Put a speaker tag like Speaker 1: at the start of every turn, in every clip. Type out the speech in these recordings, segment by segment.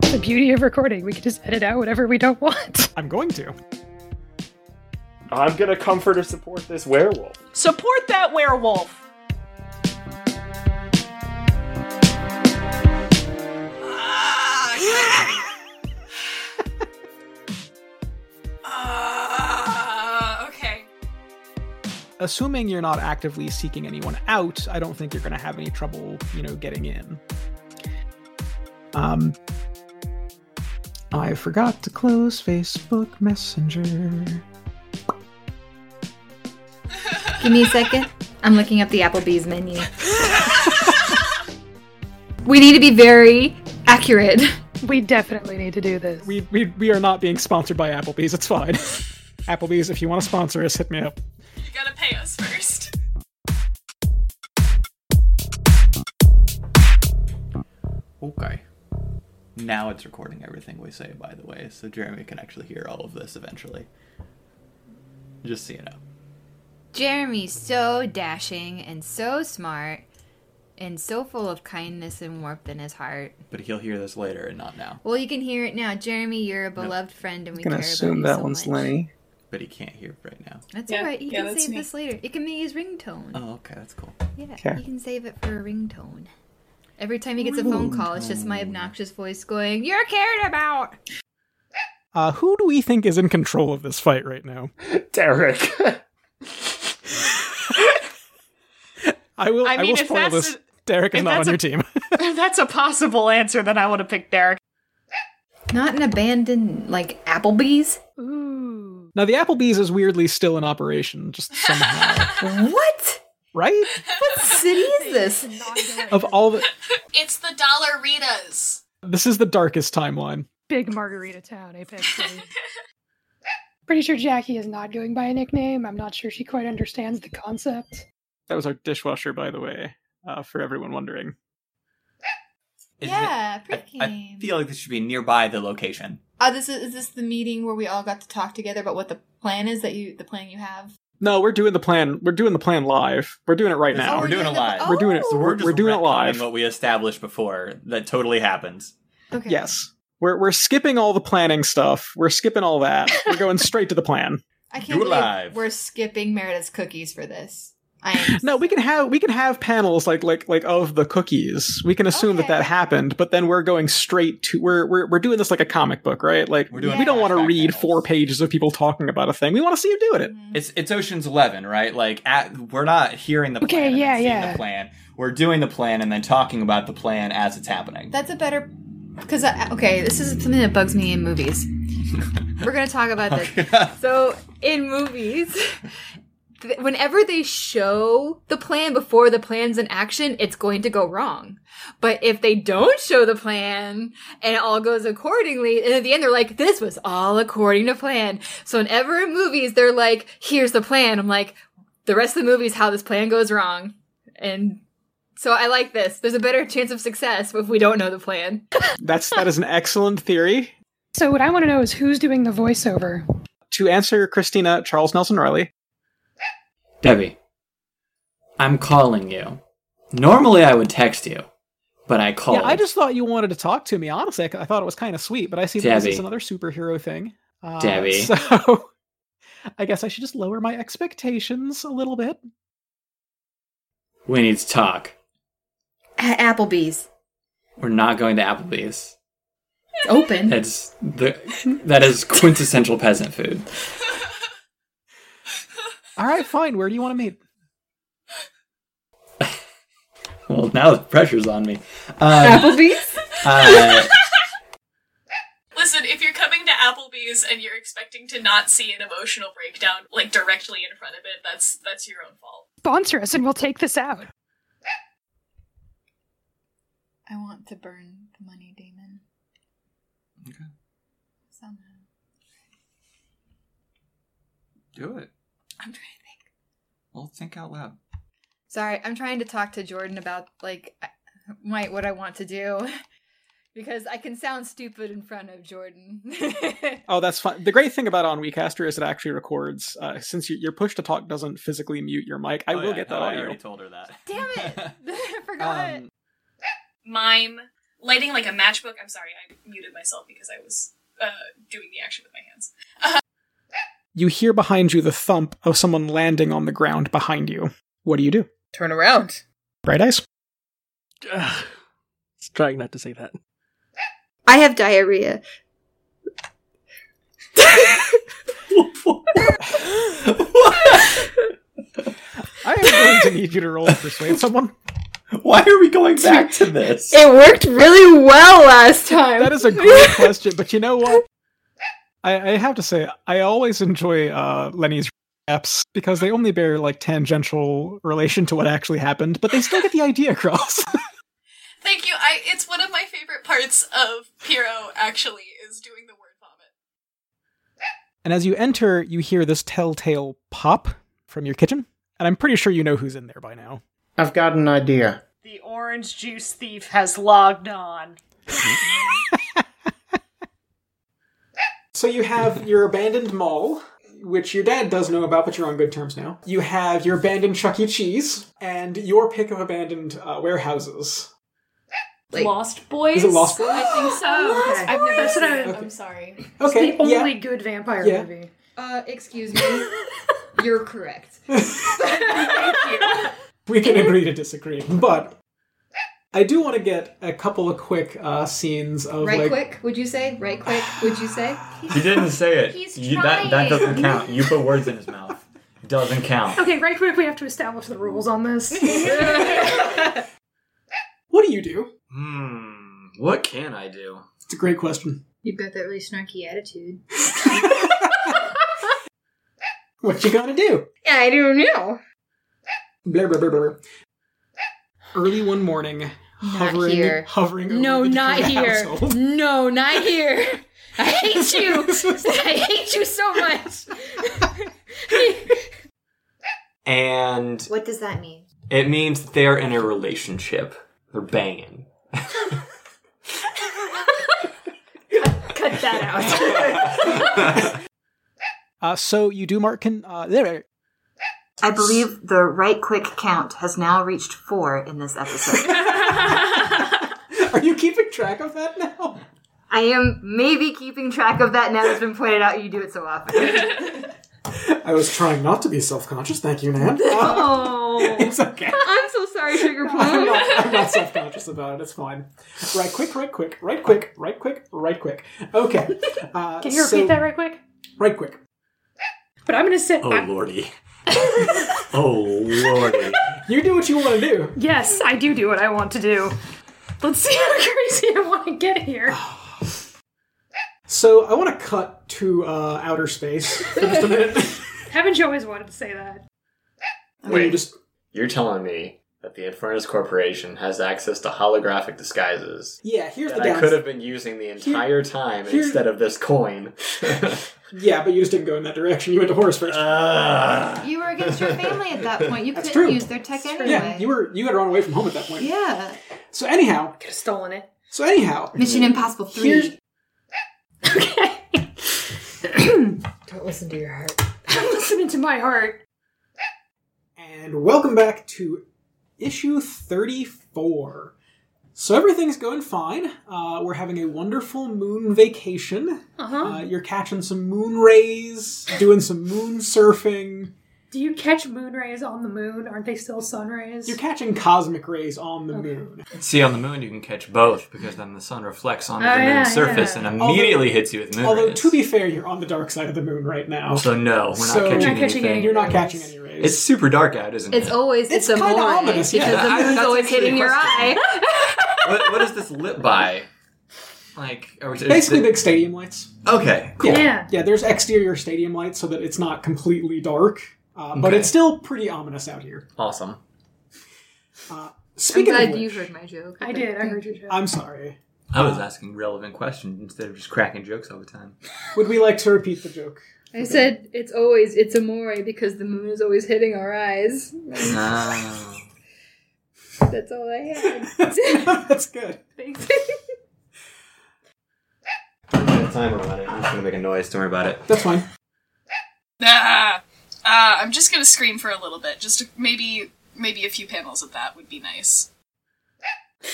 Speaker 1: the beauty of recording. We can just edit out whatever we don't want.
Speaker 2: I'm going to.
Speaker 3: I'm gonna comfort or support this werewolf.
Speaker 4: Support that werewolf.
Speaker 5: Uh, okay.
Speaker 2: Assuming you're not actively seeking anyone out, I don't think you're going to have any trouble, you know, getting in. Um, I forgot to close Facebook Messenger.
Speaker 6: Give me a second. I'm looking up the Applebee's menu. we need to be very accurate.
Speaker 1: We definitely need to do this.
Speaker 2: We we we are not being sponsored by Applebee's. It's fine. Applebee's, if you want to sponsor us, hit me up.
Speaker 5: You gotta pay us first.
Speaker 7: Okay. Now it's recording everything we say, by the way, so Jeremy can actually hear all of this eventually. Just so you know.
Speaker 6: Jeremy's so dashing and so smart and so full of kindness and warmth in his heart.
Speaker 7: But he'll hear this later and not now.
Speaker 6: Well, you can hear it now. Jeremy, you're a beloved friend and we
Speaker 2: I'm gonna
Speaker 6: care
Speaker 2: assume
Speaker 6: about you
Speaker 2: that
Speaker 6: so
Speaker 2: one's
Speaker 6: much.
Speaker 2: Lenny.
Speaker 7: But he can't hear right now.
Speaker 6: That's
Speaker 5: Yeah,
Speaker 6: alright. You
Speaker 5: yeah,
Speaker 6: can
Speaker 5: that's
Speaker 6: save
Speaker 5: me.
Speaker 6: this later. It can be his ringtone.
Speaker 7: Oh, okay, that's cool.
Speaker 6: yeah,
Speaker 2: okay.
Speaker 6: you can save it for a ringtone. Every time he gets a phone call, it's just my
Speaker 7: Ringtone.
Speaker 6: obnoxious voice going, You're cared about!
Speaker 2: Uh, who do we think is in control of this fight right now?
Speaker 3: Derek.
Speaker 2: I will.
Speaker 4: I
Speaker 2: I,
Speaker 4: mean,
Speaker 2: will
Speaker 4: if
Speaker 2: spoil
Speaker 4: that's
Speaker 2: this.
Speaker 4: a-
Speaker 2: Derek is
Speaker 4: if
Speaker 2: not on
Speaker 4: that's a-
Speaker 2: your team.
Speaker 4: If that's a possible answer, then I would have picked Derek.
Speaker 6: Not an abandoned, like, Applebee's?
Speaker 1: Ooh.
Speaker 2: now the Applebee's is weirdly still in operation, just somehow,
Speaker 6: What?
Speaker 2: right?
Speaker 6: What city is this?
Speaker 2: Of all the,
Speaker 5: It's the Dollar Ritas. this
Speaker 2: this is the darkest timeline.
Speaker 1: Big Margarita Town, Apex City. Pretty sure Jackie is not going by a nickname. I'm not sure she quite understands the concept.
Speaker 2: That was our dishwasher, by the way, uh, for everyone wondering.
Speaker 7: Isn't it-
Speaker 8: yeah,
Speaker 7: I,
Speaker 8: pregame.
Speaker 7: I feel like this should be nearby the location.
Speaker 8: Oh, this is, is this the meeting where we all got to talk together about what the plan is that you the plan you have?
Speaker 2: No, we're doing the plan. We're doing the plan live. We're doing it right
Speaker 7: Oh,
Speaker 2: now.
Speaker 7: we're doing it
Speaker 8: the-
Speaker 7: live.
Speaker 2: We're doing it.
Speaker 8: oh!
Speaker 2: We're, we're doing it
Speaker 7: retconning
Speaker 2: live.
Speaker 7: What we established before that totally happens.
Speaker 8: Okay.
Speaker 2: Yes. We're, we're skipping all the planning stuff. We're skipping all that. We're going straight to the plan.
Speaker 8: I
Speaker 7: Do
Speaker 8: can't
Speaker 7: it
Speaker 8: believe
Speaker 7: live.
Speaker 8: we're skipping Meredith's cookies for this. I am
Speaker 2: No, we can have we can have panels like like like of the cookies. We can assume that
Speaker 8: Okay.
Speaker 2: that happened, but then we're going straight to we're we're we're doing this like a comic book, right? Like
Speaker 7: We're doing
Speaker 2: we don't want to
Speaker 7: flashback
Speaker 2: read
Speaker 7: panels.
Speaker 2: four pages of people talking about a thing. We want to see you doing it.
Speaker 1: Mm-hmm.
Speaker 8: Mhm.
Speaker 7: It's it's Ocean's Eleven, right? Like at, we're not hearing the plan.
Speaker 1: Okay,
Speaker 7: and then
Speaker 1: yeah,
Speaker 7: seeing
Speaker 1: yeah.
Speaker 7: The plan. We're doing the plan and then talking about the plan as it's happening.
Speaker 8: That's a better because I,
Speaker 6: Okay, this is something that bugs me in movies. We're gonna talk about this. So, in movies, th- whenever they show the plan before the plan's in action, it's going to go wrong. But if they don't show the plan and it all goes accordingly, and at the end they're like, this was all according to plan. So, whenever in movies they're like, here's the plan, I'm like, the rest of the movie is how this plan goes wrong. And so I like this. There's a better chance of success if we don't know the plan.
Speaker 2: That's that is an excellent theory.
Speaker 1: So what I want to know is who's doing the voiceover.
Speaker 2: To answer Christina Charles Nelson Riley,
Speaker 7: Debbie, I'm calling you. Normally I would text you, but I called.
Speaker 2: Yeah, I just thought you wanted to talk to me. Honestly, I, c- I thought it was kind of sweet, but I see that this
Speaker 7: Debbie.
Speaker 2: is another superhero thing. Uh,
Speaker 7: Debbie.
Speaker 2: So I guess I should just lower my expectations a little bit.
Speaker 7: we need to talk.
Speaker 6: At Applebee's.
Speaker 7: We're not going to Applebee's.
Speaker 6: It's open.
Speaker 7: It's the that is quintessential peasant food.
Speaker 2: All right, fine. Where do you want to meet?
Speaker 7: Well, now the pressure's on me. Um,
Speaker 6: Applebee's?
Speaker 7: uh,
Speaker 5: Listen, if you're coming to Applebee's and you're expecting to not see an emotional breakdown like directly in front of it, that's that's your own fault.
Speaker 1: Sponsor us and we'll take this out.
Speaker 8: I want to burn the money demon.
Speaker 7: Okay.
Speaker 8: Somehow.
Speaker 7: do it.
Speaker 8: I'm trying to think.
Speaker 7: Well, think out loud.
Speaker 6: Sorry, I'm trying to talk to Jordan about like my what I want to do because I can sound stupid in front of Jordan.
Speaker 2: Oh, that's fun. The great thing about on WeCaster is it actually records. Uh, since you, your push to talk doesn't physically mute your mic, I will get that Um,
Speaker 7: Oh, I
Speaker 2: audio.
Speaker 7: already told her that.
Speaker 6: Damn it! I forgot.
Speaker 2: Um,
Speaker 5: Mime
Speaker 4: lighting like a matchbook. I'm sorry, I muted myself because I was uh, doing the action with my hands. Uh-huh.
Speaker 2: You hear behind you the thump of someone landing on the ground behind you. What do you do?
Speaker 9: Turn around.
Speaker 2: Bright eyes?
Speaker 10: Ugh. Just trying not to say that.
Speaker 6: I have diarrhea.
Speaker 2: I am going to need you to roll to persuade someone.
Speaker 11: Why are we going back to this?
Speaker 6: It worked really well last time.
Speaker 2: That is a great question, but you know what? I, I have to say, I always enjoy uh, Lenny's apps because they only bear like tangential relation to what actually happened, but they still get the idea across.
Speaker 4: Thank you. I it's one of my favorite parts of Piro actually is doing the word vomit.
Speaker 2: and as you enter, you hear this telltale pop from your kitchen, and I'm pretty sure you know who's in there by now.
Speaker 12: I've got an idea.
Speaker 13: The orange juice thief has logged on.
Speaker 2: So you have your abandoned mall, which your dad does know about, but you're on good terms now. You have your abandoned Chuck E. Cheese, and your pick of abandoned uh, warehouses.
Speaker 9: Lost
Speaker 2: Is
Speaker 9: Boys?
Speaker 2: it Lost Boys?
Speaker 9: I think so. I've never seen it. I'm sorry.
Speaker 2: Okay,
Speaker 1: It's the
Speaker 2: yeah.
Speaker 1: only good vampire
Speaker 2: Yeah.
Speaker 1: movie.
Speaker 14: Uh, excuse me. You're correct.
Speaker 2: we can agree to disagree, but I do want to get a couple of quick uh, scenes of
Speaker 14: Right
Speaker 2: like
Speaker 14: quick, would you say? Right quick, would you say?
Speaker 7: He didn't say it.
Speaker 14: He's
Speaker 7: You- that, that
Speaker 14: trying.
Speaker 7: doesn't count. You put words in his mouth. Doesn't count.
Speaker 1: Okay, right quick, we have to establish the rules on this.
Speaker 2: what do you do?
Speaker 7: Hmm. What can I do?
Speaker 2: It's a great question.
Speaker 6: You've got that really snarky attitude.
Speaker 2: What you gonna do?
Speaker 6: Yeah, I don't know.
Speaker 2: Blah, blah, blah, blah. blah. Early one morning, hovering,
Speaker 15: here.
Speaker 2: hovering. over
Speaker 15: No,
Speaker 2: the
Speaker 15: not
Speaker 2: Dakota
Speaker 15: here.
Speaker 2: household.
Speaker 15: No, not here. I hate you. I hate you so much.
Speaker 7: And
Speaker 6: What does that mean?
Speaker 7: it means that they're in a relationship. They're banging.
Speaker 6: Cut that out.
Speaker 2: Uh, so you do, Mark. Can uh, there?
Speaker 6: I believe the right quick count has now reached four in this episode.
Speaker 2: Are you keeping track of that now?
Speaker 6: I am maybe keeping track of that now that it's been pointed out you do it so often.
Speaker 2: I was trying not to be self-conscious. Thank you, Nan. Uh,
Speaker 6: Oh,
Speaker 2: it's okay.
Speaker 6: I'm so sorry, Sugar
Speaker 2: I'm
Speaker 6: Plum.
Speaker 2: not, I'm not self-conscious about it. It's fine. Right quick, right quick, right quick, right quick, right quick. Okay. Uh,
Speaker 1: Can you repeat
Speaker 2: so-
Speaker 1: that right quick?
Speaker 2: Right quick.
Speaker 1: But I'm gonna say,
Speaker 7: Oh
Speaker 1: I-
Speaker 7: lordy. oh lordy.
Speaker 2: You do what you want to do.
Speaker 1: yes, I do do what I want to do. Let's see how crazy I want to get here.
Speaker 2: So I want to cut to uh, outer space for just a minute.
Speaker 1: Haven't you always wanted to say that?
Speaker 2: Wait, just
Speaker 7: You're telling me that the Infernus Corporation has access to holographic disguises
Speaker 2: yeah. Here's the
Speaker 7: that I could
Speaker 2: downside.
Speaker 7: have been using the entire time
Speaker 2: here-
Speaker 7: instead of this coin.
Speaker 2: Yeah, but you just didn't go in that direction. You went to horse
Speaker 7: Uh,
Speaker 2: first.
Speaker 7: Ah.
Speaker 14: You were against your family at that point. You
Speaker 2: That's
Speaker 14: couldn't
Speaker 2: true.
Speaker 14: use their tech anyway.
Speaker 2: yeah, you were you had run away from home at that point.
Speaker 14: Yeah.
Speaker 2: So anyhow,
Speaker 9: Could have stolen it.
Speaker 2: so anyhow,
Speaker 14: Mission Impossible 3.
Speaker 2: here's
Speaker 9: Don't listen to your heart.
Speaker 1: I'm listening to my heart.
Speaker 2: And welcome back to issue 34. So everything's going fine. Uh, we're having a wonderful moon vacation.
Speaker 1: Uh-huh.
Speaker 2: Uh, you're catching some moon rays, doing some moon surfing.
Speaker 1: Do you catch moon rays on the moon? Aren't they still sun rays?
Speaker 2: You're catching cosmic rays on the moon.
Speaker 7: See, on the moon you can catch both because then the sun reflects onto
Speaker 1: Oh,
Speaker 7: the moon's
Speaker 1: yeah,
Speaker 7: surface
Speaker 1: yeah.
Speaker 7: and immediately hits you with moon
Speaker 2: Although,
Speaker 7: rays.
Speaker 2: to be fair, you're on the dark side of the moon right now.
Speaker 7: so no, we're not
Speaker 2: So-
Speaker 7: catching
Speaker 2: You're
Speaker 1: not catching
Speaker 7: anything.
Speaker 1: any-
Speaker 2: You're not catching any rays.
Speaker 7: It's super dark out, isn't
Speaker 15: It's
Speaker 7: it?
Speaker 15: always it's,
Speaker 2: It's
Speaker 15: a
Speaker 2: kinda
Speaker 15: boy
Speaker 2: ominous, yeah.
Speaker 15: because the
Speaker 7: I-
Speaker 15: moon's
Speaker 7: that's
Speaker 15: always
Speaker 7: actually a
Speaker 15: hitting your
Speaker 7: question.
Speaker 15: eye.
Speaker 7: what, what is this lit by? Like, are we
Speaker 2: basically
Speaker 7: is it-
Speaker 2: big stadium lights.
Speaker 7: okay, cool.
Speaker 1: yeah.
Speaker 2: Yeah, there's exterior stadium lights so that it's not completely dark, uh, but
Speaker 7: Okay.
Speaker 2: it's still pretty ominous out here.
Speaker 7: Awesome.
Speaker 15: I'm
Speaker 2: Speaking of
Speaker 15: glad
Speaker 2: which,
Speaker 15: you heard my joke.
Speaker 1: I did. I heard your joke.
Speaker 2: I'm sorry.
Speaker 7: I was asking relevant questions instead of just cracking jokes all the time.
Speaker 2: Would we like to repeat the joke?
Speaker 15: I said it's always it's a moray because the moon is always hitting our eyes.
Speaker 7: No.
Speaker 15: That's all I had.
Speaker 2: That's good.
Speaker 7: timer on it. I'm just gonna make a noise. Don't worry about it.
Speaker 2: That's fine.
Speaker 4: Ah, ah, I'm just gonna scream for a little bit. Just maybe maybe a few panels of that would be nice.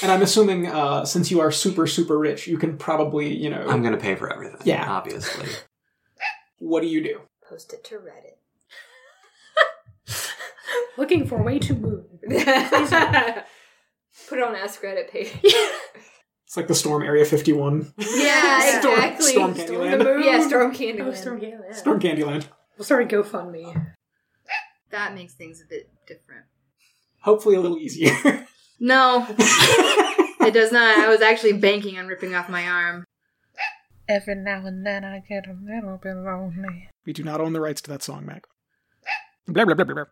Speaker 2: And I'm assuming uh, since you are super super rich, you can probably you know.
Speaker 16: I'm gonna pay for everything.
Speaker 2: Yeah.
Speaker 16: obviously.
Speaker 2: What do you do?
Speaker 17: Post it to Reddit. Looking for way to moon.
Speaker 18: Put it on Ask Reddit page.
Speaker 2: It's like the storm area 51,
Speaker 18: yeah,
Speaker 1: Storm-
Speaker 18: exactly.
Speaker 1: Storm
Speaker 18: the
Speaker 1: Candyland.
Speaker 18: moon. Yeah, Storm Candyland.
Speaker 17: Oh, Storm Candyland.
Speaker 2: storm Candyland.
Speaker 1: We'll start a GoFundMe.
Speaker 6: That makes things a bit different.
Speaker 2: Hopefully a little easier.
Speaker 6: No. it does not. I was actually banking on ripping off my arm.
Speaker 19: Every now and then I get a little bit lonely.
Speaker 2: we do not own the rights to that song, Mac. Blah blah blah blah. blah.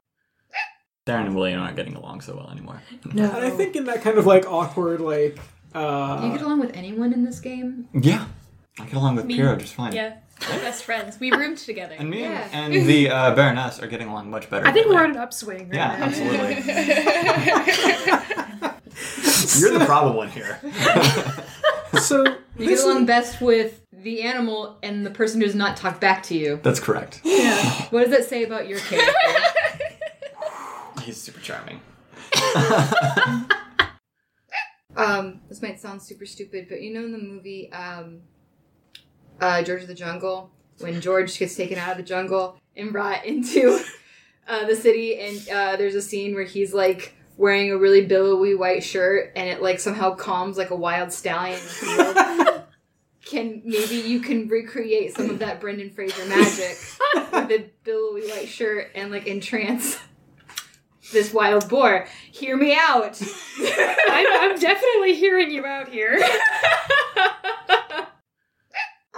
Speaker 7: Darren and William aren't getting along so well anymore.
Speaker 2: No. And I think in that kind of like awkward like.
Speaker 6: Do you get
Speaker 2: Uh,
Speaker 6: along with anyone in this game?
Speaker 7: Yeah, I get along with Piero just fine.
Speaker 19: Yeah, we're best friends. We roomed together.
Speaker 7: And me and the uh, Baroness are getting along much better.
Speaker 1: I think we're on an upswing. Right
Speaker 7: Yeah,
Speaker 1: now.
Speaker 7: You're the problem one here.
Speaker 2: so
Speaker 6: You get along best with the animal and the person who does not talk back to you.
Speaker 7: That's correct.
Speaker 6: Yeah. what does that say about your character?
Speaker 7: He's super charming.
Speaker 6: um, this might sound super stupid, but you know in the movie um, uh, George of the Jungle, when George gets taken out of the jungle and brought into uh, the city, and uh, there's a scene where he's like wearing a really billowy white shirt, and it like somehow calms like a wild stallion. in the field. Can maybe you can recreate some of that Brendan Fraser magic with a billowy white shirt and like entrance this wild boar? Hear me out.
Speaker 1: I'm, I'm definitely hearing you out here.
Speaker 18: I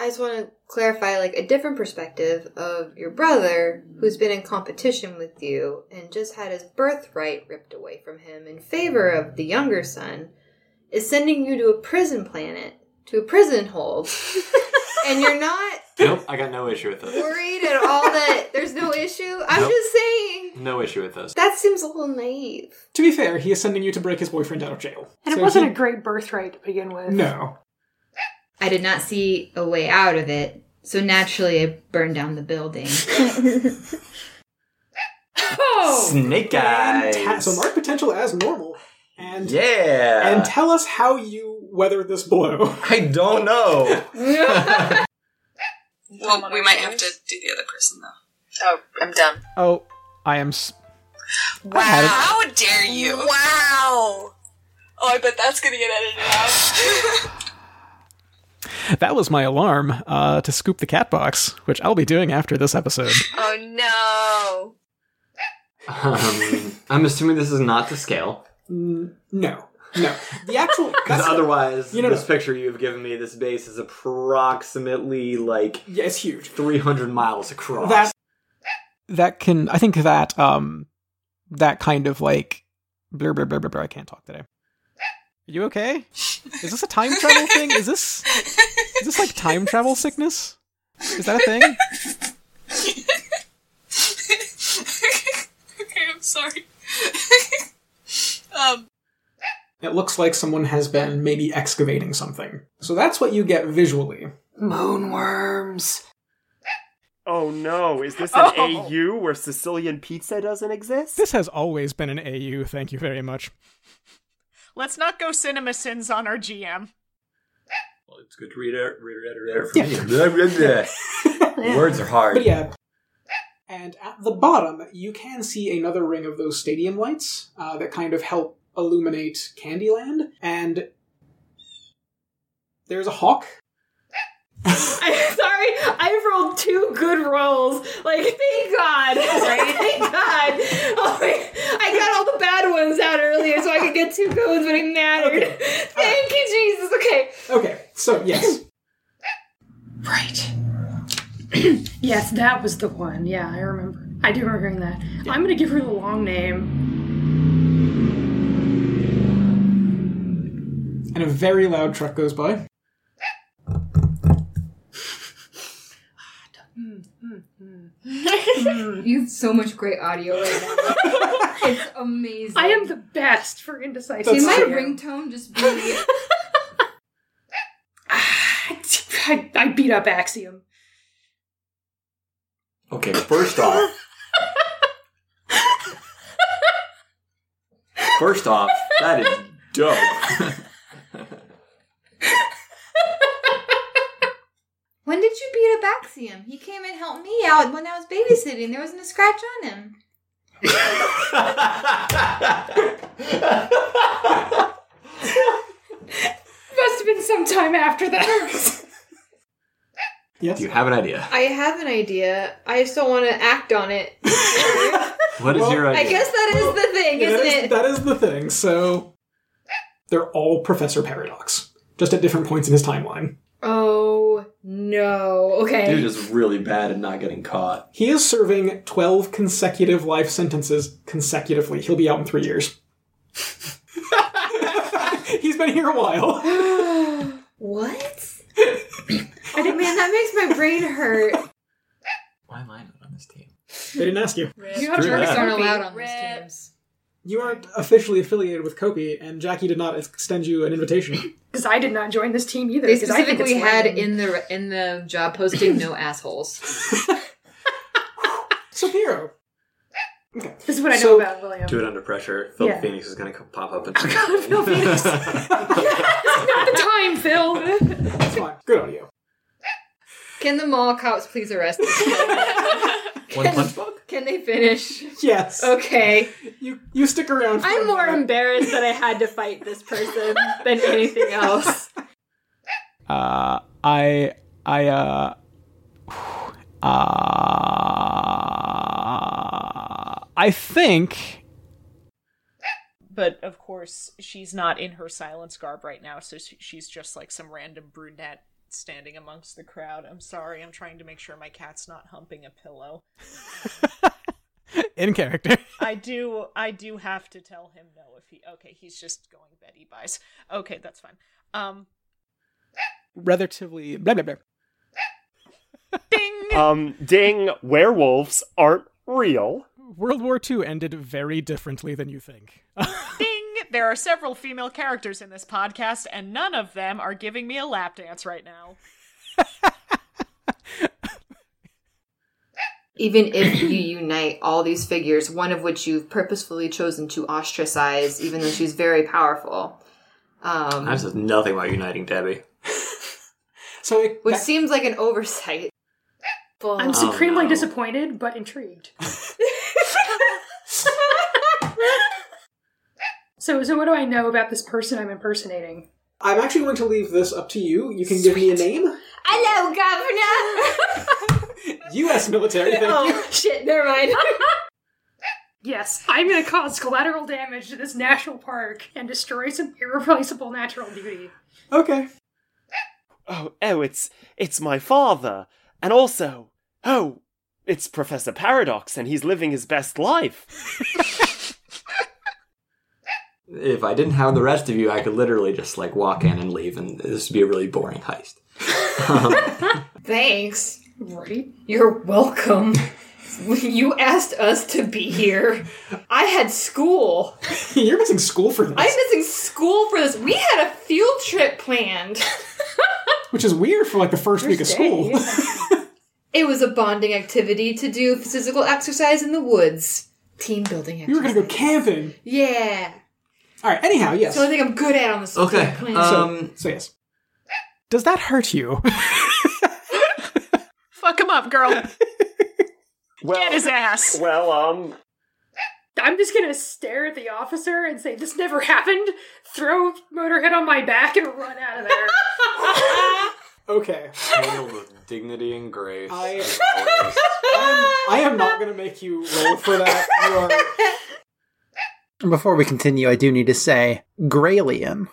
Speaker 18: just want to clarify, like, a different perspective of your brother who's been in competition with you and just had his birthright ripped away from him in favor of the younger son is sending you to a prison planet, to a prison hold. and you're not
Speaker 16: nope, I got no issue with this.
Speaker 18: worried at all that there's no issue. I'm
Speaker 16: Nope.
Speaker 18: just saying.
Speaker 16: No issue with this.
Speaker 18: That seems a little naive.
Speaker 2: to be fair, he is sending you to break his boyfriend out of jail.
Speaker 18: And it
Speaker 2: So
Speaker 18: wasn't
Speaker 2: he-
Speaker 18: a
Speaker 1: Great birthright to begin with.
Speaker 2: No.
Speaker 6: I did not see a way out of it, so naturally I burned down the building.
Speaker 7: Snake eyes.
Speaker 2: Ta- Oh, so mark potential as normal. And
Speaker 7: Yeah.
Speaker 2: And tell us how you weather this blow.
Speaker 7: I don't know.
Speaker 20: Well, we might have to do the other person though. Oh, I'm done.
Speaker 2: oh, I am. s
Speaker 20: Wow!
Speaker 2: had it.
Speaker 20: How dare you? Wow! Oh, I bet that's gonna get edited out.
Speaker 2: That was my alarm uh, to scoop the cat box, which I'll be doing after this episode.
Speaker 20: oh
Speaker 16: Um, I'm assuming this is not to scale.
Speaker 2: Mm, No, no. The actual
Speaker 16: Because
Speaker 2: that's-
Speaker 16: otherwise,
Speaker 2: you know,
Speaker 16: this picture you've given me, this base is approximately like
Speaker 2: yeah, it's huge,
Speaker 16: 300 miles across.
Speaker 2: that that can I think that um that kind of like blur blur blur blur. blur I can't talk today. Are you okay? Is this a time travel thing? Is this is this like time travel sickness? Is that a thing?
Speaker 5: okay, I'm sorry. um,
Speaker 2: It looks like someone has been maybe excavating something. So that's what you get visually.
Speaker 3: Moonworms. Oh no, is this an
Speaker 2: Oh.
Speaker 3: AU where Sicilian pizza doesn't exist?
Speaker 2: This has always been an AU. Thank you very much.
Speaker 4: Let's not go cinema sins on our GM.
Speaker 7: It's good to read it, read it, read it from you. Words are hard.
Speaker 2: But yeah. And at the bottom, you can see another ring of those stadium lights uh, that kind of help illuminate Candyland. And there's a hawk.
Speaker 17: I'm sorry, I've rolled two good rolls. Like, thank God. Right? thank God. Oh my, I got all the bad ones out earlier so I could get two good ones when it mattered. thank you, Jesus. Okay.
Speaker 2: Okay, so yes.
Speaker 1: Right. yes, that was the one. Yeah, I remember. I do remember hearing that. I'm gonna give her the long name.
Speaker 2: And a very loud truck goes by.
Speaker 6: you have so much great audio right now. it's amazing.
Speaker 1: I am the best for indecisive.
Speaker 6: Can my
Speaker 1: audio.
Speaker 6: ringtone just be
Speaker 1: I, I beat up Axiom.
Speaker 7: Okay, first off. First off, that is dope.
Speaker 6: him. He came and helped me out when I was babysitting. There wasn't a scratch on him.
Speaker 1: Must have been some time after that.
Speaker 7: Yes. Do you have an idea?
Speaker 6: I have an idea. I just don't want to act on it.
Speaker 7: What is your idea?
Speaker 6: I guess that is the thing,
Speaker 2: Yeah, that
Speaker 6: isn't
Speaker 2: is-
Speaker 6: it?
Speaker 2: That is the thing. So they're all Professor Paradox, just at different points in his timeline.
Speaker 6: Oh no. Okay.
Speaker 7: Dude is really bad at not getting caught.
Speaker 2: He is serving 12 consecutive life sentences consecutively. He'll be out in three years. He's been here a while.
Speaker 6: what? oh man, that makes my brain hurt.
Speaker 2: They didn't ask you.
Speaker 6: You have Screw jerks that. aren't allowed on these
Speaker 1: teams.
Speaker 2: You aren't officially affiliated with Kopi, and Jackie did not extend you an invitation.
Speaker 1: Because I did not join this team either.
Speaker 21: They
Speaker 1: 'cause I think
Speaker 21: specifically
Speaker 1: it's
Speaker 21: had
Speaker 1: lame.
Speaker 21: in the in the job posting no assholes.
Speaker 2: so Piero,
Speaker 1: This is what I know
Speaker 7: So-
Speaker 1: about William.
Speaker 7: Do it under pressure. Phil
Speaker 1: Yeah.
Speaker 7: Phoenix is going to pop up and.
Speaker 1: Phil Phoenix. not the time, Phil.
Speaker 2: It's fine. Good audio.
Speaker 21: Can the mall cops please arrest them?
Speaker 7: One punch bug?
Speaker 21: Can they finish?
Speaker 2: Yes.
Speaker 22: Okay.
Speaker 2: You you stick around. for
Speaker 22: I'm
Speaker 2: a
Speaker 22: more
Speaker 2: minute.
Speaker 22: embarrassed that I had to fight this person than anything else.
Speaker 2: Uh, I, I, uh, uh, I think.
Speaker 4: But of course, she's not in her silence garb right now, so she- she's just like some random brunette standing amongst the crowd. I'm sorry, I'm trying to make sure my cat's not humping a pillow.
Speaker 2: In character.
Speaker 4: I do I do have to tell him no if he okay, he's just going Betty buys. Okay, that's fine. Um
Speaker 2: Relatively. Blah, blah, blah.
Speaker 3: Um, ding, werewolves aren't real.
Speaker 2: World War II ended very differently than you think.
Speaker 4: ding! There are several female characters in this podcast, and none of them are giving me a lap dance right now.
Speaker 6: Even if you unite all these figures, one of which you've purposefully chosen to ostracize, even though she's very powerful, um,
Speaker 7: I said nothing about uniting Debbie.
Speaker 2: So
Speaker 6: which seems like an oversight.
Speaker 1: I'm
Speaker 7: Oh,
Speaker 1: supremely
Speaker 7: no.
Speaker 1: disappointed, but intrigued. so, so what do I know about this person I'm impersonating?
Speaker 2: I'm actually going to leave this up to you. You can give me a name.
Speaker 22: Hello, Governor.
Speaker 2: U.S. military. Thank you.
Speaker 22: oh shit! Never mind.
Speaker 1: Yes, I'm going to cause collateral damage to this national park and destroy some irreplaceable natural beauty.
Speaker 2: Okay.
Speaker 3: Oh, oh, it's it's my father, and also, oh, it's Professor Paradox, and he's living his best life.
Speaker 7: If I didn't have the rest of you, I could literally just like walk in and leave, and this would be a really boring heist.
Speaker 6: Thanks. Right? You're welcome. you asked us to be here. I had school.
Speaker 2: You're missing school for this,
Speaker 6: I'm missing school for this. We had a field trip planned.
Speaker 2: which is weird for like the first week of school.
Speaker 6: It was a bonding activity to do physical exercise in the woods. Team building
Speaker 2: you were gonna go camping.
Speaker 6: Yeah.
Speaker 2: All right. Anyhow, yes.
Speaker 6: It's the only thing I'm good at on this
Speaker 2: Okay,
Speaker 6: plan.
Speaker 2: um, So yes. Does that hurt you?
Speaker 4: Fuck him up, girl.
Speaker 3: Well,
Speaker 4: Get his ass.
Speaker 3: Well, um,
Speaker 1: I'm just going to stare at the officer and say, This never happened. Throw Motorhead on my back and run out of there.
Speaker 2: Okay.
Speaker 7: Handled with dignity and grace.
Speaker 2: I-
Speaker 7: as always.
Speaker 2: I am not gonna make you roll for that. You are
Speaker 5: Before we continue, I do need to say Graylian.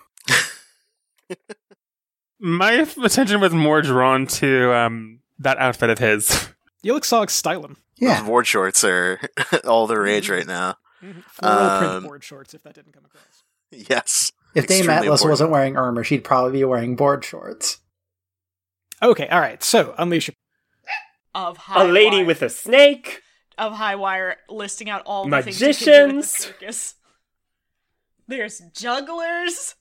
Speaker 23: My attention was more drawn to um, that outfit of his.
Speaker 2: You look so stylum.
Speaker 24: Yeah. Board shorts are all the rage right now.
Speaker 2: Mm-hmm. Floral print
Speaker 24: Um,
Speaker 2: board shorts. If that didn't come across.
Speaker 24: Yes.
Speaker 5: If Dame
Speaker 24: Extremely
Speaker 5: Atlas
Speaker 24: important.
Speaker 5: wasn't wearing armor, she'd probably be wearing board shorts.
Speaker 2: Okay. All right. So unleash.
Speaker 4: Of high wire,
Speaker 3: with a snake.
Speaker 4: of high wire listing out all the things you can do at the
Speaker 3: Magicians.
Speaker 4: circus. There's jugglers.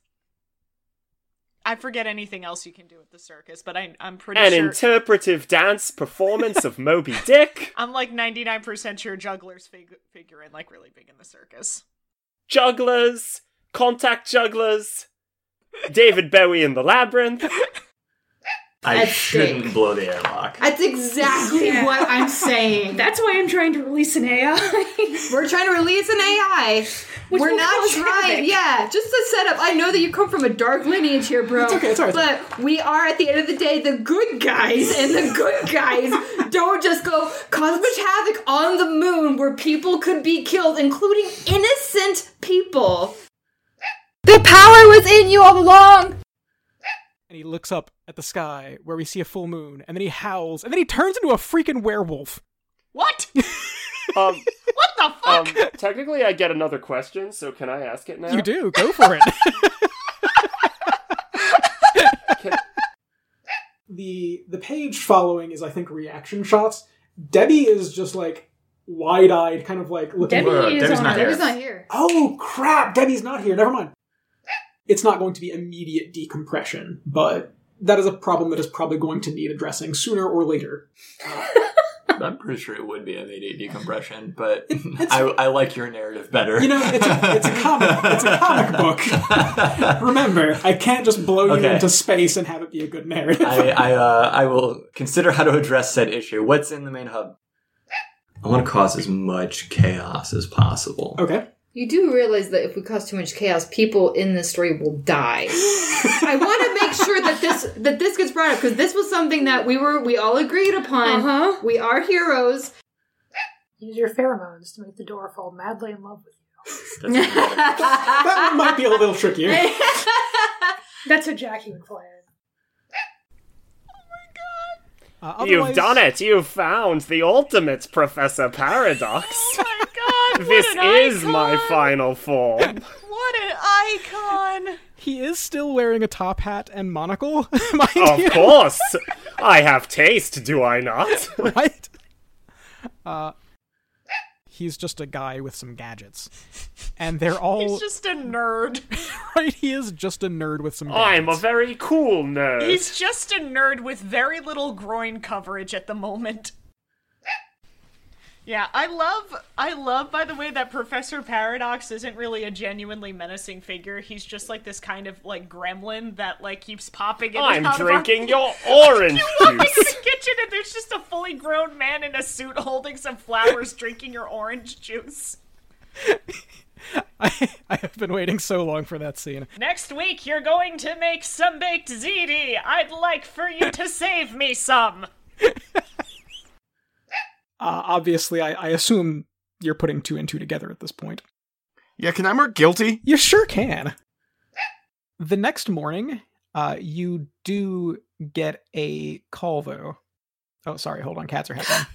Speaker 4: I forget anything else you can do at the circus, but I, I'm pretty
Speaker 3: an
Speaker 4: sure
Speaker 3: interpretive dance performance of Moby Dick,
Speaker 4: I'm like 99% sure jugglers fig- figure in like really big in the circus.
Speaker 3: jugglers, contact jugglers, David Bowie in the labyrinth.
Speaker 25: I
Speaker 1: That's
Speaker 25: shouldn't blow the airlock.
Speaker 1: That's
Speaker 17: exactly what I'm
Speaker 1: saying. That's why I'm trying to release an AI.
Speaker 6: We're trying to release an AI.
Speaker 18: Which
Speaker 6: We're
Speaker 18: will
Speaker 6: not
Speaker 18: cause havoc.
Speaker 6: trying. Yeah, just to set up. I know that you come from a dark lineage here, bro.
Speaker 18: It's okay, it's alright.
Speaker 6: But we are at the end of the day the good guys, and the good guys don't just go cause much havoc on the moon where people could be killed, including innocent people. The power was in you all along.
Speaker 2: And he looks up at the sky where we see a full moon, and then he howls, and then he turns into a freaking werewolf.
Speaker 4: What?
Speaker 3: Um,
Speaker 4: what the
Speaker 3: fuck? Um, technically, I get another question, so can I ask it now?
Speaker 2: Um, You do, go for it. the the page following is I think reaction shots. Debbie is just like wide eyed, kind of like looking.
Speaker 1: Debbie is on- Debbie's not
Speaker 18: here.
Speaker 2: Oh crap! Debbie's not here. Never mind. It's not going to be immediate decompression, but that is a problem that is probably going to need addressing sooner or later.
Speaker 16: I'm pretty sure it would be immediate decompression, but I, I like your narrative better.
Speaker 2: You know, it's a, it's a comic. It's a comic book. Remember, I can't just blow you
Speaker 16: Okay.
Speaker 2: into space and have it be a good narrative.
Speaker 16: I I, uh, I will consider how to address said issue. What's in the main hub? I want to cause as much chaos as possible.
Speaker 2: Okay.
Speaker 18: You do realize that if we cause too much chaos, people in this story will die. I want to make sure that this that this gets brought up because this was something that we were we all agreed upon.
Speaker 1: Uh-huh.
Speaker 18: We are heroes.
Speaker 1: Use your pheromones to make the door fall madly in love with
Speaker 8: Ah!
Speaker 2: that one might be a little trickier.
Speaker 1: you. That's a Jackie would play.
Speaker 2: Uh,
Speaker 3: You've
Speaker 2: otherwise-
Speaker 3: done it. You've found the ultimate Professor Paradox.
Speaker 4: God,
Speaker 3: this
Speaker 4: what an
Speaker 3: is
Speaker 4: icon!
Speaker 3: my final form.
Speaker 4: What an icon!
Speaker 2: He is still wearing a top hat and monocle. mind you.
Speaker 3: of course. I have taste, do I not?
Speaker 2: right? Uh, he's just a guy with some gadgets, and they're all
Speaker 4: He's just a nerd.
Speaker 2: right. He is just a nerd with some. Gadgets.
Speaker 3: I'm a very cool nerd.
Speaker 4: He's just a nerd with very little groin coverage at the moment. Yeah, I love I love by the way that Professor Paradox isn't really a genuinely menacing figure. He's just like this kind of like gremlin that like keeps popping in and
Speaker 3: I'm
Speaker 4: out
Speaker 3: drinking
Speaker 4: of our-
Speaker 3: your orange
Speaker 4: walk into
Speaker 3: juice.
Speaker 4: the kitchen and there's just a fully grown man in a suit holding some flowers drinking your orange juice.
Speaker 2: I have been waiting so long for that scene.
Speaker 4: Next week you're going to make some baked ziti. I'd like for you to save me some.
Speaker 2: Uh, obviously, I, I assume you're putting two and two together at this point.
Speaker 24: Yeah, can I mark guilty?
Speaker 2: You sure can. The next morning, uh, you do get a call though. Oh, sorry. Hold on. Cats are happening.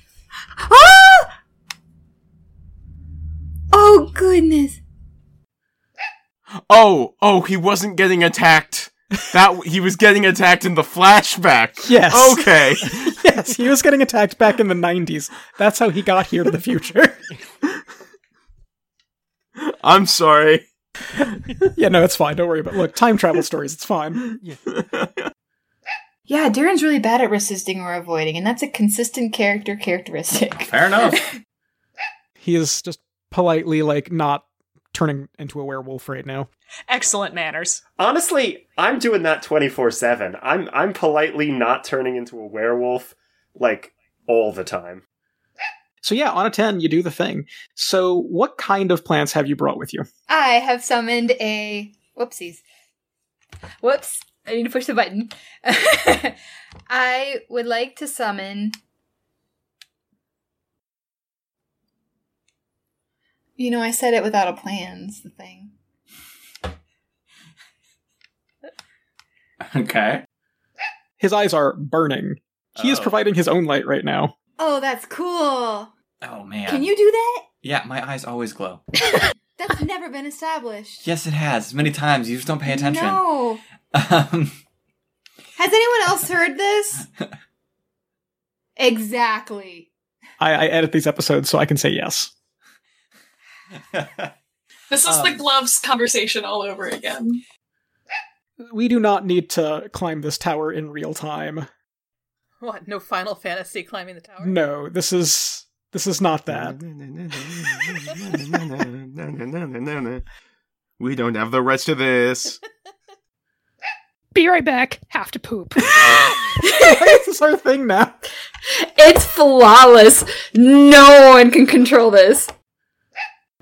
Speaker 6: Oh goodness.
Speaker 26: Oh, oh, he wasn't getting attacked. That he was getting attacked in the flashback.
Speaker 2: Yes.
Speaker 26: Okay.
Speaker 2: yes, he was getting attacked back in the 90s. That's how he got here to the future.
Speaker 26: I'm sorry.
Speaker 2: yeah, no, it's fine. Don't worry about Look, time travel stories, it's fine.
Speaker 8: Yeah, Darren's really bad at resisting or avoiding, and that's a consistent character characteristic.
Speaker 2: Fair enough. he is just politely, like, not turning into a werewolf right now.
Speaker 4: Excellent manners.
Speaker 3: Honestly, I'm doing that 24/7. I'm I'm politely not turning into a werewolf like all the time.
Speaker 2: So, yeah, on a 10, you do the thing. So, what kind of plants have you brought with you?
Speaker 8: I have summoned a whoopsies.
Speaker 6: Whoops. I need to push the button.
Speaker 8: I would like to summon. You know, I said it without a plan's the thing.
Speaker 2: Okay. His eyes are burning. He is providing his own light right now.
Speaker 8: Oh, that's cool.
Speaker 7: Oh man.
Speaker 8: Can you do that?
Speaker 7: Yeah, my eyes always glow.
Speaker 8: That's never been established.
Speaker 7: Yes, it has many times. You just don't pay attention. Um,
Speaker 8: No. Has anyone else heard this? exactly.
Speaker 2: I, I edit these episodes so I can say yes.
Speaker 5: This is
Speaker 2: Um,
Speaker 5: the gloves conversation all over again.
Speaker 2: We do not need to climb this tower in real time.
Speaker 27: What? No Final Fantasy climbing the tower?
Speaker 2: No, this is this is not that.
Speaker 26: we don't have the rest of this.
Speaker 1: Be right back. Have to poop.
Speaker 2: it's this our thing now.
Speaker 6: It's flawless. No one can control this.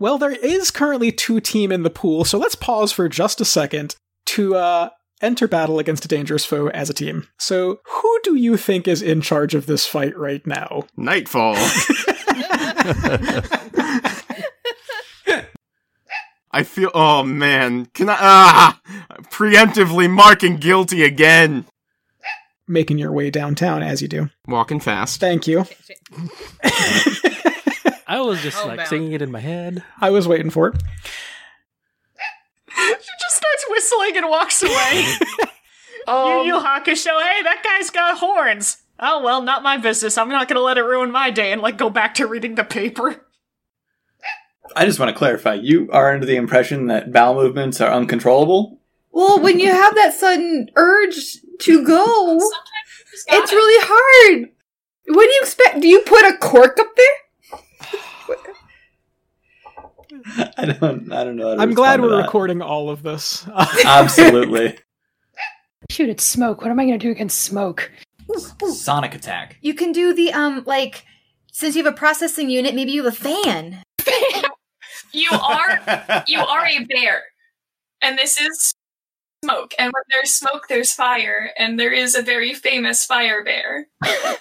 Speaker 2: Well, there is currently two team in the pool, so let's pause for just a second to uh, enter battle against a dangerous foe as a team. So, who do you think is in charge of this fight right now?
Speaker 26: Nightfall. I feel. Oh man, can I? Ah, preemptively marking guilty again.
Speaker 2: Making your way downtown as you do.
Speaker 26: Walking fast.
Speaker 2: Thank you.
Speaker 28: I was just like
Speaker 4: Homebound.
Speaker 28: singing it in my head.
Speaker 2: I was waiting for it.
Speaker 4: she just starts whistling and walks away. Yu
Speaker 6: Um,
Speaker 4: Yu Hakusho, hey, that guy's got horns. Oh well, not my business. I'm not gonna let it ruin my day and like go back to reading the paper.
Speaker 7: I just want to clarify. You are under the impression that bowel movements are uncontrollable.
Speaker 6: Well, when you have that sudden urge to go,
Speaker 5: gotta-
Speaker 6: it's really hard. What do you expect? Do you put a cork up there?
Speaker 7: I don't. I don't know. How to
Speaker 2: I'm glad
Speaker 7: respond to
Speaker 2: we're
Speaker 7: that.
Speaker 2: recording all of this.
Speaker 7: Absolutely.
Speaker 1: Shoot, it's smoke. What am I going to do against smoke?
Speaker 7: Sonic attack.
Speaker 6: You can do the um like since you have a processing unit, maybe you have a fan.
Speaker 5: You are you are a bear, and this is smoke. And when there's smoke, there's fire, and there is a very famous fire bear.
Speaker 6: Oh,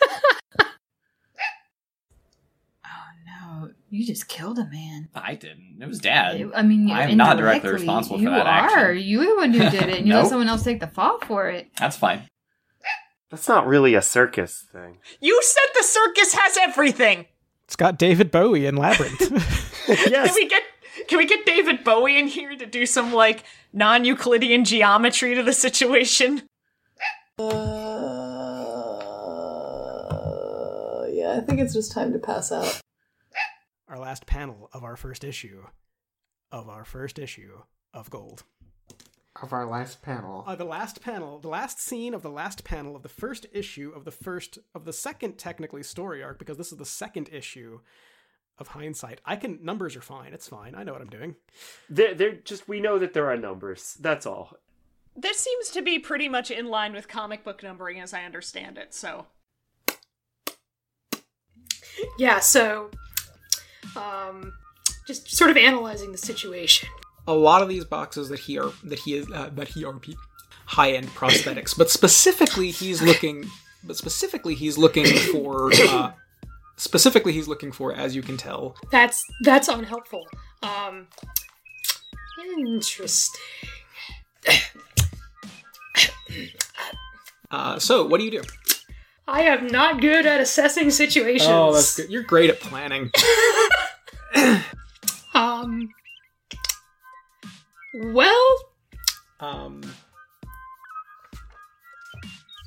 Speaker 6: No, you just killed a man.
Speaker 7: I didn't. It was Dad.
Speaker 6: I mean,
Speaker 7: I am not directly responsible for that action.
Speaker 6: You are the one who did it, and you let
Speaker 7: Nope.
Speaker 6: someone else take the fall for it.
Speaker 7: That's fine.
Speaker 3: That's not really a circus thing.
Speaker 4: You said the circus has everything.
Speaker 2: It's got David Bowie in Labyrinth.
Speaker 4: Can we get can we get David Bowie in here to do some like non-Euclidean geometry to the situation?
Speaker 27: Uh, yeah, I think it's just time to pass out.
Speaker 29: Our last panel of our first issue, of our first issue of Gold.
Speaker 28: Of our last panel.
Speaker 29: Uh, the last panel, the last scene of the last panel of the first issue of the first of the second technically story arc because this is the second issue of hindsight. I can numbers are fine. It's fine. I know what I'm doing.
Speaker 3: They're, they're just we know that there are numbers. That's all.
Speaker 4: This seems to be pretty much in line with comic book numbering as I understand it, so
Speaker 1: Yeah, so um just sort of analyzing the situation.
Speaker 2: a lot of these boxes that he are that he is uh, that he are high end prosthetics, but specifically he's looking, but specifically he's looking for, uh, specifically he's looking for, as you can tell,
Speaker 1: That's that's unhelpful. Um interesting.
Speaker 2: Uh, so, what do you do?
Speaker 1: I am not good at assessing situations.
Speaker 2: Oh, that's good. You're great at planning.
Speaker 1: Um Well,
Speaker 2: Um,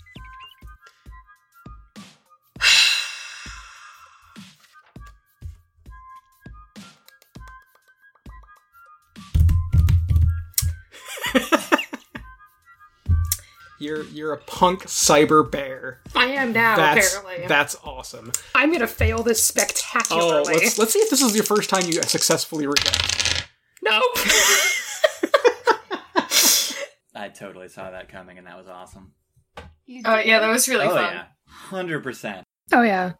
Speaker 2: you're you're a punk cyber bear.
Speaker 1: I am
Speaker 4: Oh,
Speaker 1: now
Speaker 2: that's
Speaker 1: apparently.
Speaker 2: that's awesome.
Speaker 1: I'm going to fail this
Speaker 2: Oh,
Speaker 1: spectacularly.
Speaker 2: let's let's see if this is your first time you successfully reject.
Speaker 1: Nope.
Speaker 7: I totally saw that coming, and that was awesome.
Speaker 5: Oh yeah, that was really
Speaker 7: oh,
Speaker 5: fun.
Speaker 7: yeah, hundred percent.
Speaker 1: Oh yeah.